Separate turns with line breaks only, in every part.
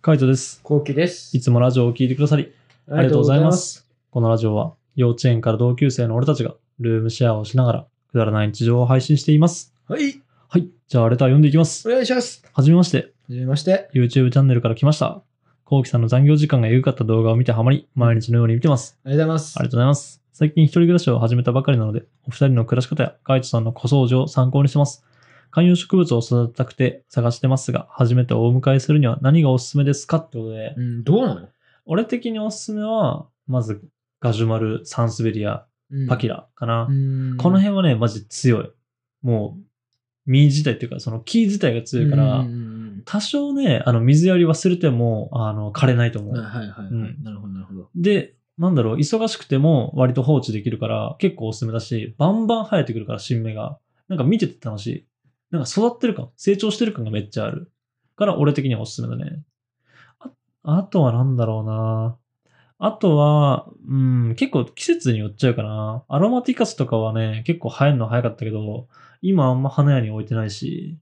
カイトです。
こうきです
い。つもラジオを聞いてくださり、ありがとうございま。す。このラジオは、幼稚園から同級生の俺たちが、ルームシェアをしながら、くだらない日常を配信しています。
はい、
はい。じゃあ、レター読んでいきます
お。願いします。
はじめまして、
はじめまして。
YouTube チャンネルから来ました。コウキさんの残業時間がエグかった動画を見てハマり、毎日のように見てます。
ありがとうございます。
ありがとうございます。最近一人暮らしを始めたばかりなので、お二人の暮らし方やガイドさんの小掃除を参考にしてます。観葉植物を育てたくて探してますが、初めてお迎えするには何がおすすめですかってことで、
うん、どうなの、
俺的におすすめは、まずガジュマル、サンスベリア、パキ
ラ。
ラかな。
うん
この辺はね、マジ強い。もう、実自体っていうか、その木自体が強いから、
うんうん
多少ね、あの水やり忘れても、あの、枯れないと思
うんあ
う。
はいはいはい、
うん
なるほどなるほど。
で、なんだろう、忙しくても割と放置できるから、結構おすすめだし、バンバン生えてくるから、新芽が。なんか見てて楽しい。なんか育ってる感、成長してる感がめっちゃある。から、俺的にはおすすめだね。ああとはなんだろうなあとは、うん、結構季節によっちゃうかな。アロマティカスとかはね、結構生えるの早かったけど、今あんま花屋に置いてないし、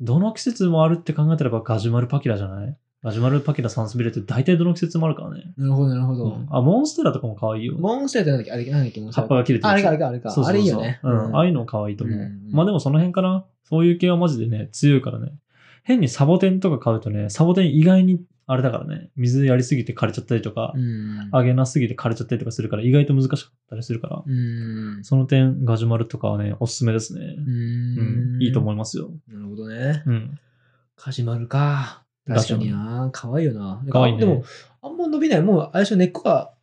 どの季節もあるって考えたらばガジュマルパキラじゃないガジュマルパキラサンスビレって大体どの季節もあるからね。
なるほどなるほど。
うんあ、モンステラとかも可愛いよ。
モンスターってなんだっけあれなんだっけモンス
葉
ター
っぱが切れて
ああれかあれ
か。
かあれか。
そうそうそう
あれいいよね。
うん。ああいうの可愛いと思
うんう。
うんまあでもその辺かな。そういう系はマジでね、強いからね。変にサボテンとか買うとね、サボテン意外にあれだからね、水やりすぎて枯れちゃったりとか
う、ん。
あげなすぎて枯れちゃったりとかするから、意外と難しかったりするから、
うん。
その点、ガジュマルとかはね、おすすめですね。
う
うん。いいと思
う。
いますよ。
なるほどね。
うん。
カジマルか。
ガ
確
ジュ
か
マル
にな。可愛いよな。
可愛いね
でも、あんま伸びない。もう、あれでしょ、根っこが。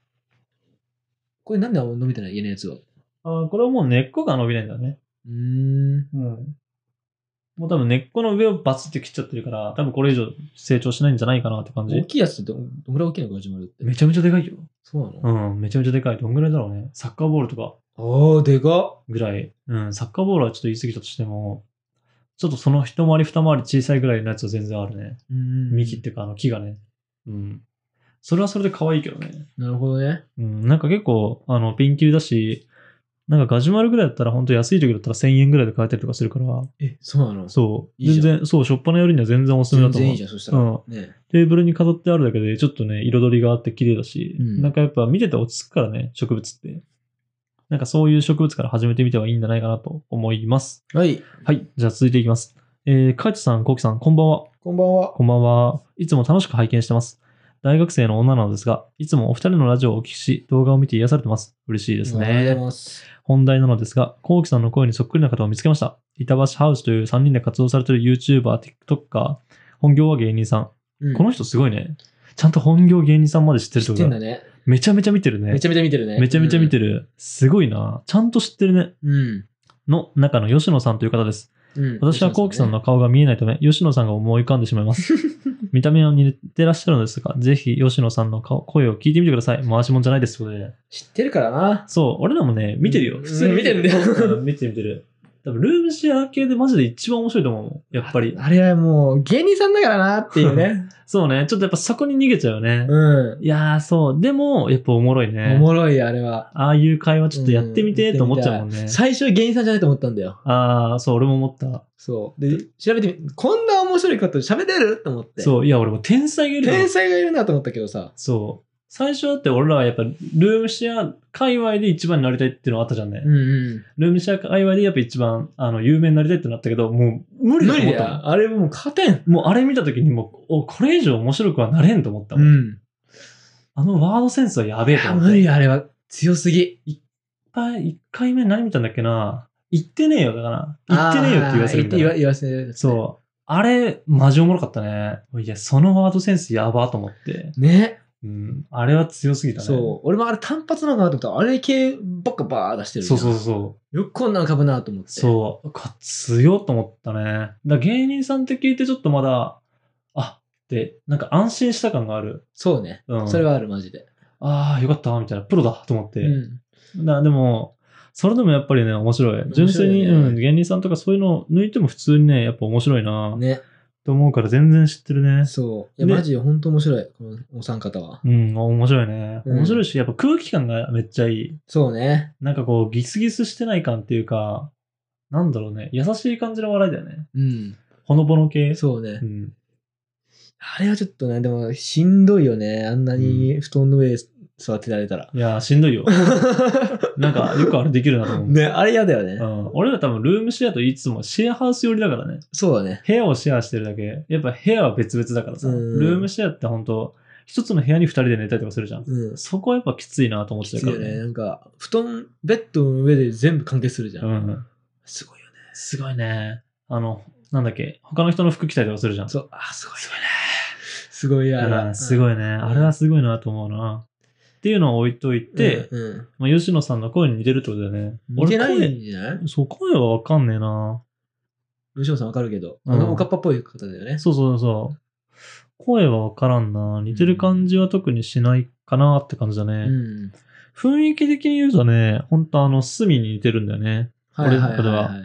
これなんであんま伸びてない家のやつは。
あこれはもう根っこが伸びないんだね。
うーん。
うん。もう多分根っこの上をバツって切っちゃってるから、多分これ以上成長しないんじゃないかなって感じ
大。きいやつってどどんぐらい大きいのガジュマルって。
めちゃめちゃでかいよ。
そうなの、
うん、めちゃめちゃでかい。どんぐらいだろうね。サッカーボールとか
ああ、でか
ぐらい。うん、サッカーボールはちょっと言い過ぎたとしても、ちょっとその一回り二回り小さいぐらいのやつは全然あるね。
っ。うん
幹っていうか、あの木がね。うん。それはそれで可愛いけどね。
なるほどね。
うん、なんか結構、あの、ピンキリだし、なんかガジュマルぐらいだったら、本当安い時だったら1000円ぐらいで買えたりとかするから、
え、そうなの
そう。
いいじゃ
全
ん
然、そう、しょっぱなよりには全然おすすめだ
全
と思う。
然いいじゃん、そしたら。
うん
ね
テーブルに飾ってあるだけで、ちょっとね、彩りがあって綺麗だし、
うん
なんかやっぱ見てて落ち着くからね、植物って。なんかそういう植物から始めてみてはいいんじゃないかなと思います。
はい、
はい、じゃあ続いていきます。えー、カイトさん、コウキさん、こんばんは。
こんばんは。
こんばんは。いつも楽しく拝見してます。大学生の女なのですが、いつもお二人のラジオをお聞きし、動画を見て癒されてます。嬉しいです
ありがとうござい
ね。
ます。
本題なのですが、コウキさんの声にそっくりな方を見つけました。板橋ハウスという3人で活動されている YouTuber、TikToker、本業は芸人さん、
うん
この人すごいね。ちゃんと本業芸人さんまで知ってるって
知っ
こ
て
と
ん
だ
だ。ね。
めちゃめちゃ見てるね。
め
めち
ちゃめちゃ見てるね。
ゃめちゃ見てる。すごいな。ちゃんと知ってるね。
うん。
の中の吉野さんという方です。
うん。うん。
私は
こ
コ
う
ウキさんの顔が見えないため、吉野さんが思い浮かんでしまい ます。見た目は似てらっしゃるのですが、ぜひ吉野さんの顔声を聞いてみてください。回しもんじゃないです。ということで
知ってるからな。
そう、俺らもね、見てるよ。
うん
普通に
見てるんだよ
うん見てる見てる。多分ルームシェア系でマジで一番面白いと思うもん。やっぱり。
あれはもう、芸人さんだからなっていう ね。
そうね。ちょっとやっぱそこに逃げちゃうよね。
うん。
いやー、そう。でも、やっぱおもろいね。
おもろいよ、あれは。
ああいう会話ちょっとやってみてと思っちゃうもんね。
最初芸人さんじゃないと思ったんだよ。
ああ、そう、俺も思った。
そう。で、調べてみ、こんな面白いこと喋れると思って。う。
そう、いや、俺も天才がいるの
天才がいるなと思ったけどさ。
そう。最初だって俺らはやっぱルームシェア界隈で一番になりたいっていうのあったじゃんね。
うんうん。
ルームシェア界隈でやっぱ一番あの有名になりたいってなったけど、もう無理だ
無
と思
理
ったもん
だ。あれもう勝てん。
もうあれ見た時にもう、お、これ以上面白くはなれんと思った
う
もん。
ん。
あのワードセンスはやべえと思った。
無
い
理
っ
よあれは。強すぎ。
ぱい、一回目何見たんだっけな言ってねえよ、だから。言ってねえよって言わせるみたい
あー言っ
な
て言わ言わせるやつね。
そう。あれ、マジおもろかったね。いや、そのワードセンスやばと思って。
ね。
うん。あれは強すぎたね。
そう。俺もあれ単発なのかなと思ったら、あれ系ばっかバー出してるじ
そ
ゃ。
うんそうそうそ
よくこんなのかぶなと思っ
う。
て。
そう。か、強っと思ったね。だから芸人さんって聞いてちょっとまだ、あって、なんか安心した感がある。
そうね。
うん。
それはある、マジで。
ああ、よかった、みたいな。プロだ、と思って。
うん。
なでも、それでもやっぱりね、面白い。
白いね
純粋に、うん、芸人さんとかそういうのを抜いても普通にね、やっぱ面白いな、
ね。
と思うから全然知ってるね。
そう。い
ね
や、マジで本当面白い。このお三方は。
うん、面白いね。
うん
面白いし、やっぱ空気感がめっちゃいい。
そうね。
なんかこう、ギスギスしてない感っていうか、なんだろうね、優しい感じの笑いだよね。
うん。
ほのぼの系。
そうね
う。ん。
あれはちょっとね、でもしんどいよね。あんなに布団の上座ってられたら。
いやー、しんどいよ。 なんか、よくあれできるなと思う。
ね、あれ嫌だよね。
うん、俺ら多分ルームシェアと言いつつもシェアハウス寄りだからね。
そうだね。
部屋をシェアしてるだけ、やっぱ部屋は別々だからさ、
うん
ルームシェアって本当一つの部屋に二人で寝たりとかするじゃん。
うん。
そこはやっぱきついなと思って
きつ
る
い
か
よ
ら
ね。
ね。
なんか、布団、ベッドの上で全部完結するじゃん。
うん。
すごいよね。
すごいね。あの、なんだっけ、他の人の服着たりとかするじゃん。
そう、あ、すごいよね。すごいや
うんすごいね。あれはすごいなと思うな。っていうのを置いといて、
うんうん
まあ、吉野さんの声に似てるってことだよね。
似てない
俺
んじゃない
声、そう、声はわかんねえな。
吉野さんわかるけど、
うん
あのおかっぱっぽい方だよね。
そうそうそう。声はわからんな。似てる感じは特にしないかなって感じだね。
うん。
雰囲気的に言うとね、本当あの、隅に似てるんだよね。
はいはい
俺の
はい
中で
はい
は
はいはい。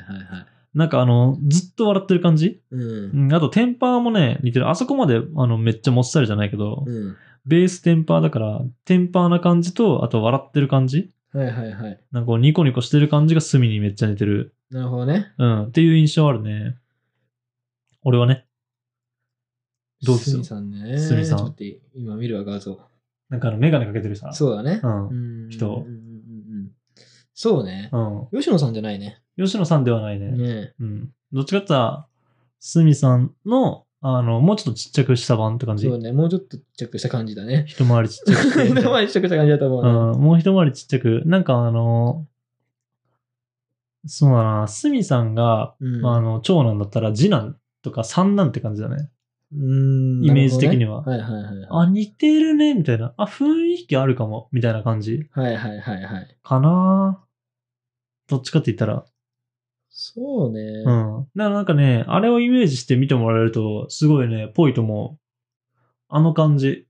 なんかあの、ずっと笑ってる感じ
うん。
うん、あとテンパーもね、似てる。あそこまであのめっちゃもっさりじゃないけど、
うん。
ベーステンパーだから、テンパーな感じと、あと笑ってる感じ
はいはいはい。
なんかこうニコニコしてる感じが隅にめっちゃ似てる。
なるほどね。
うん、っていう印象あるね。俺はね。どうです
すみさんね。
すみさん
ちょっと今見るわ、画像。
なんかあの、メガネかけてるさ。
そうだね
う。ん。うん。
ん
人
うんうんうんうんそうね。吉野さんじゃないね。
吉野さんではないね。
ね
うん。どっちかって言ったら、すみさんの、あの、もうちょっとちっちゃくした版って感じ
そう。ね。もうちょっとチェックした感じだね。
一回りちっちゃくして
目
みたい
の
な。
前にチェックした感じだと思うね。
うん、もう一回りちっちゃく。なんかあのーそうだな、すみさんが、
うん
あの、長男だったら次男とか三男って感じだね。
うん
イメージ的には
なるほどねはいはいはい。
あ、似てるね、みたいな。あ、雰囲気あるかも、みたいな感じ
はいはいはいはい。
かなどっちかって言ったら。
そうね。
うん。だからなんかね、あれをイメージして見てもらえると、すごいね、ぽいと思う。あの感じ。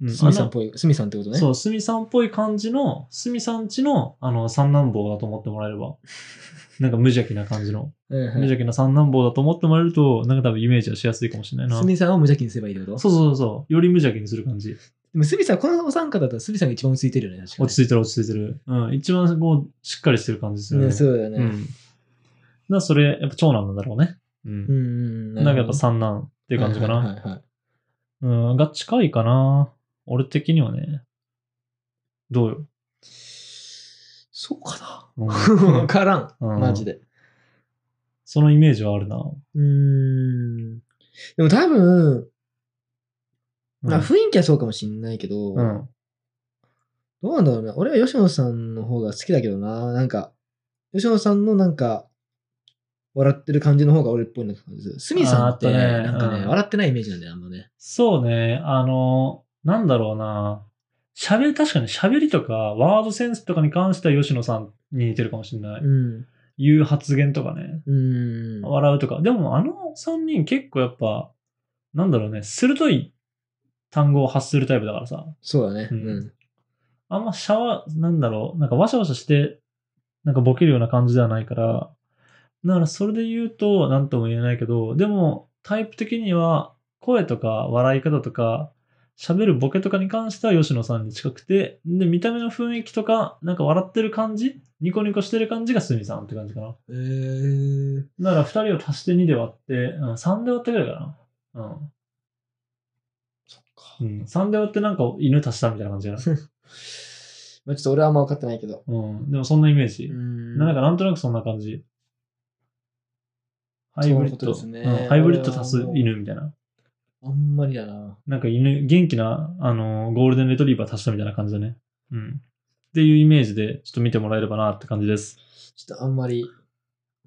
うん、
すみさん
あ
っぽい。すみさんってこと
の
ね。
そう、すみさんっぽい感じの、すみさんちの、あの、三男坊だと思ってもらえれ ば。なんか無邪気な感じの。
うんはい
無邪気な三男坊だと思ってもらえると、なんか多分イメージはしやすいかもしれないな。
すみさんを無邪気にすればいいってこと
そうそうそう。より無邪気にする感じ。
でもすみさん、このお三方だったらすみさんが一番落ち着いてるよね。確かに
落ち着いてる落ち着いてる。うん。一番こう、しっかりしてる感じするよ
ね
ね。
そうだよね。
うん。だからそれ、やっぱ長男なんだろうね。うん
う。ん。
なんかやっぱ
っ
三男って
て
いう感じかな。
はいはいはいはい。
うん、が近いかな。俺的にはね。どうよ。
そうか
うん
な わからん。
うん
マジで。
そのイメージはあるな。
うーん。でも多分、
うん
まあ雰囲気はそうかもしんないけど、
うん。
どうなんだろうな。俺は吉野さんの方が好きだけどな。なんか、吉野さんのなんか、笑ってる感じの方が俺っぽいなって感じする。スミさんって、
あーあったね
なんかね、
うん
笑ってないイメージなんだよ、あんまね。
そうね。あの、なんだろうな。喋り、確かに喋りとか、ワードセンスとかに関しては吉野さんに似てるかもしれない。
うん。
言う発言とかね。
うん。
笑うとか。でも、あの3人結構やっぱ、なんだろうね。鋭い単語を発するタイプだからさ。
そうだね。
う
うんん。
あんまシャワー、なんだろう、なんかワシャワシャして、なんかボケるような感じではないから、だからそれで言うと、なんとも言えないけど、でも、タイプ的には、声とか笑い方とか、喋るボケとかに関しては吉野さんに近くて、で、見た目の雰囲気とか、なんか笑ってる感じ、ニコニコしてる感じがすみさんって感じかな。
えー、
だから2人を足して2で割って、うん、3で割ってぐらいかな。うん。
そっか。
うん、3で割ってなんか犬足したみたいな感じかな。
まあちょっと俺はあんま分かってないけど。
うん。でもそんなイメージ。
ん
なんかなんとなくそんな感じ。ハイブリッド、
そういうことですね
うんハイブリッド足す犬みたいな。
あんまりだな。
なんか犬、元気な、あの、ゴールデンレトリーバー足したみたいな感じだね。うん。っていうイメージで、ちょっと見てもらえればなって感じです。
ちょっとあんまり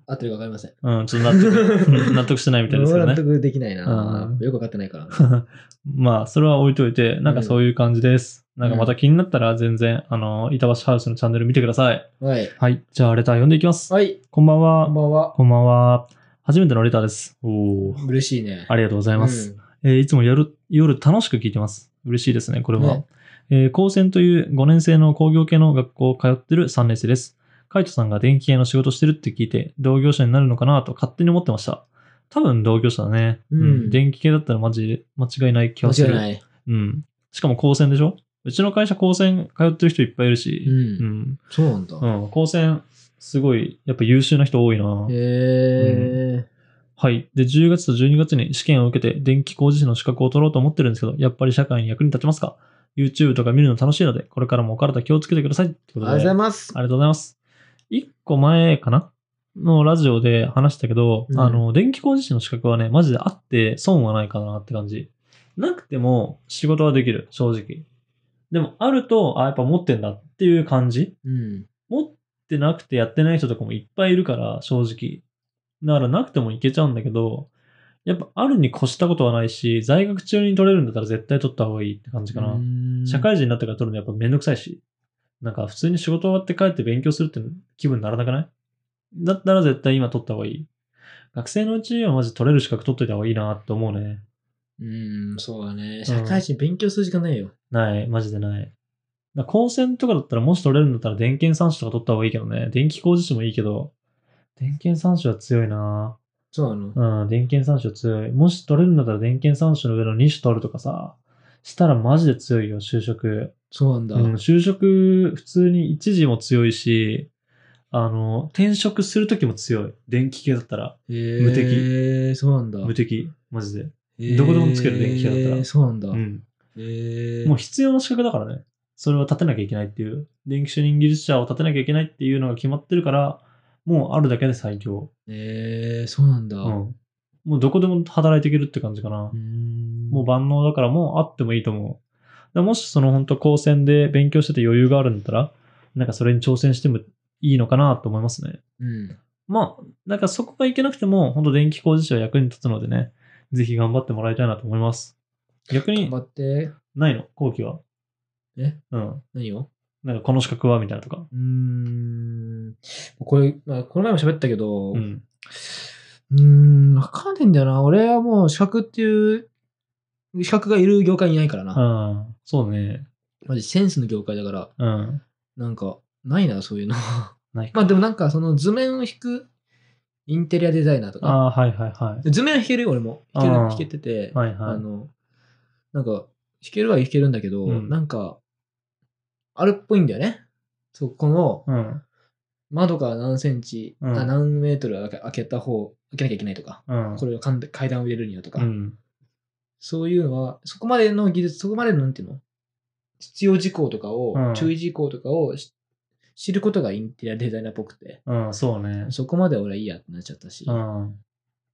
合ってるか分かりません。
うん、ちょっと納 得、 納得してないみたいですけど
納
ね。
得できないな
う。ん
よく分かってないからな。
まあ、それは置いといて、なんかそういう感じです。なんかまた気になったら全然、あの、板橋ハウスのチャンネル見てください。
はい。
はい。じゃあ、レター読んでいきます。
はい。
こんばん
こん
は。
ばんは。
こんばんは。初めてのレターです。おお。
嬉しいね。
ありがとうござい
り
ます。。えーいつも夜夜楽しく聞いてます。嬉しいですね、これは。
ね
えー高専という5年生の工業系の学校を通ってる3年生です。カイトさんが電気系の仕事してるって聞いて、同業者になるのかなと勝手に思ってました。多分同業者だね。
うん
電気系だったらマジで間違いない気
間
がす
違
る。
いない。
うん。しかも高専でしょうちの会社高専通ってる人いっぱいいるし
う、。
うんん。
そうなんだ。
うん。高専、すごい、やっぱ優秀な人多いな。
へえ。
はい。で、10月と12月に試験を受けて電気工事士の資格を取ろうと思ってるんですけど、やっぱり社会に役に立ちますか ?YouTube とか見るの楽しいので、これからもお体気をつけてください。ってことで。
りがとうございます。
ありがとうございます。一個前かなのラジオで話したけど、
うん
あの、電気工事士の資格はね、マジであって損はないかなって感じ。なくても仕事はできる、正直。でも、あると、あ、やっぱ持ってんだっていう感じ。
うん。
持ってなくてやってない人とかもいっぱいいるから、正直。だからなくてもいけちゃうんだけど、やっぱあるに越したことはないし、在学中に取れるんだったら絶対取った方がいいって感じかな。社会人になってから取るのやっぱめんどくさいし、なんか普通に仕事終わって帰って勉強するって気分にならなくないだったら絶対今取った方がいい。学生のうちはマジ取れる資格取っといた方がいいなって思うね。
うん、そうだね。社会人勉強する時間ないよ。
ない、マジでない。だから高専とかだったらもし取れるんだったら電検三種とか取った方がいいけどね。電気工事士もいいけど、電検三種は強いな
そうなの。
うん、電検三種は強い。もし取れるんだったら電検三種の上の2種取るとかさ、したらマジで強いよ、就職。
そうなんだ。
うん、就職、普通に一時も強いし、あの、転職するときも強い。電気系だったら、無敵
えー、そうなんだ。
無敵、マジで。
えー
どこでもつける電気だったら
そうなんだ。
うん。
えー、
もう必要な資格だからね。それは立てなきゃいけないっていう。電気主任技術者を立てなきゃいけないっていうのが決まってるから、もうあるだけで最強。
えー、そうなんだ。
う。
うん
もうどこでも働いていけるって感じかな
ー。ん
もう万能だからもうあってもいいと思う。だもしその本当高専で勉強してて余裕があるんだったら、なんかそれに挑戦してもいいのかなと思いますね。
うん。
まあ、なんかそこがいけなくても、本当電気工事士は役に立つのでね、ぜひ頑張ってもらいたいなと思います。逆
頑
に
張、って。
ないの後期は。
え
うん。
何を
なんかこの資格はみたいなとか。
うーん。これ、まあ、この前も喋ったけど、
う。
うんーん、わかんねえんだよな。俺はもう資格っていう、資格がいる業界にいないからな。
ああ、そうね。
マジセンスの業界だから、
うん。
なんか、ないな、そういうの。
ないか。
まあでもなんか、その図面を引くインテリアデザイナーと
あ
か、
あ、はいはいは
図面は引けるよ、俺も。引ける
あー
引けてて、
い。はいは
あ
い。
の、なんか、弾けるは弾けるんだけど、
うん
なんか、あるっぽいんだよね。そこの
うん。
窓から何センチ、
うん
あ何メートル開け開けた方、開けなきゃいけないとか、
うん。
これをかん階段を入れるにはとか、
うん。
そういうのは、そこまでの技術、そこまでのなんていうの必要事項とかを、
うん
注意事項とかをし知ることがインテリアデザイナーっぽくて、
うん、そうね。
そこまで俺はいいやってなっちゃったし、
うん。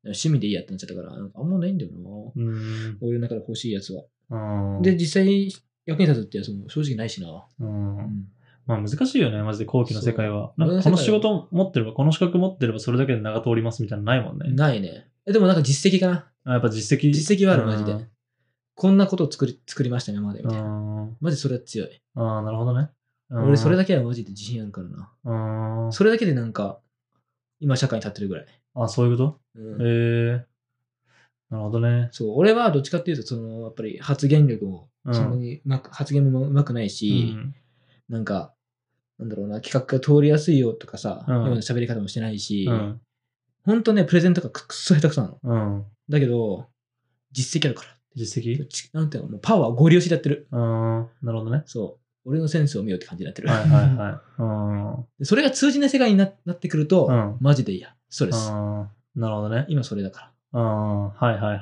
趣味でいいやってなっちゃったから、なんかあんまないんだよな。
うん。
俺の中で欲しいやつは。
うん。
で、、実際に役に立つってやつも正直ないしな。
うん。まあ難しいよね、マジで後期の世界は。
そう
なんかこの
俺の世
仕
界は
事持ってれば、この資格持ってればそれだけで長通りますみたいなのないもんね。
ないね。えでもなんか実績かな。
あやっぱ実績。
実績はある、マジ
う
で
ん。
こんなことを作り作りましたね、今までみたいな。
あ
マジそれは強い。
あー、なるほどね。うん
俺それだけはマジで自信あるからな。
うん
それだけでなんか、今社会に立ってるぐらい。
あ、そういうこ
うん
とへえなるほどね。
そう、俺はどっちかっていうと、その、やっぱり発言力も、
うん
そんなにうまく、発言もうまくないし、なんか、なんだろうな、企画が通りやすいよとかさ、
うん
ような喋り方もしてないし、
うん。
ほんとね、プレゼントがくっそ下手くそなの。
うん。うん、
だけど、実績あるから。
実績
ちなんていうの、もうパワーゴリ押しでやってる。
うん。なるほど ね。
そう。俺のセンスを見ようって感じになってる。
はいはいはい。うん。
でそれが通じない世界にななってくると、
うん
マジで嫌。そうです。
うんなるほどね。
今それだか
うん。はいはいはい。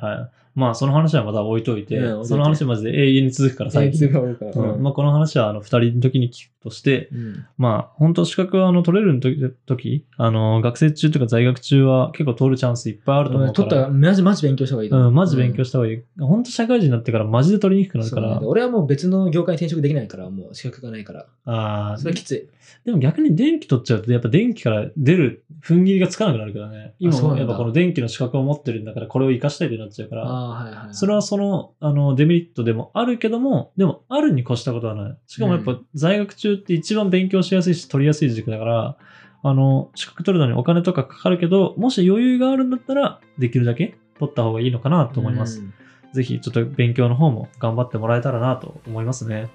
まあ、その話はまた置いといて、
うん置いといて
その話はマジで永遠に続くから、
ら。
最近。
多いから
うんまあ、この話はあの二人の時に聞くとして、
うん。
まあ、本当資格はあの取れる時時あの学生中とか在学中は結構取るチャンスいっぱいあると思うか
取
ら。
ったら、マジマジ勉強した方がいいと思
うん、マジ勉強
し
した方がいい。本当社会人になってからマジで取りにくく
た
なるから。
俺はもう別の業界に転職できないから、もう資格がないから。
ああ、
それはきつい。
でも逆に電気取っちゃうと、やっぱ電気から出る踏ん切りがつかなくなるからね。今
そうな
も
んだ
やっぱこの電気の資格を持ってるんだから、これを活かしたいってなっちゃうか
あ
ら、
あ、はいはい。
それはその、あの、デメリットでもあるけども、でもあるに越したことはない。しかもやっ
う
ぱ在学中って一番勉強しやすいし、取りやすい時期だから、あの、資格取るのにお金とかかかるけど、もし余裕があるんだったら、できるだけ取った方がいいのかなと思います。
うん
ぜひちょっと勉強の方も頑張ってもらえたらなと思いますね。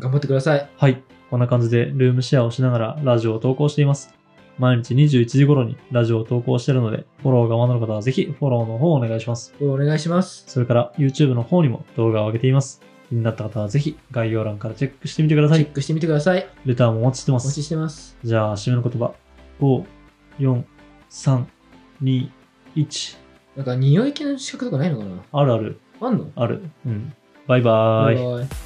頑張ってください。
はい。こんな感じでルームシェアをしながらラジオを投稿しています。毎日21時頃にラジオを投稿しているので、フォローがまだの方はぜひフォローの方をお願いします。
これお願いします。
それから YouTube の方にも動画を上げています。気になった方はぜひ概要欄からチェックしてみてくださ
チェ
い。
ックしてみてください。
レターもお待ちしてま
お待
す。
ちしてます。
じゃあ、締めの言葉。5、4、3、2、1。
なんか匂い系の資格とかないのかな
あるある、
あんの
ある。うん。バイバーイ。
バイバイ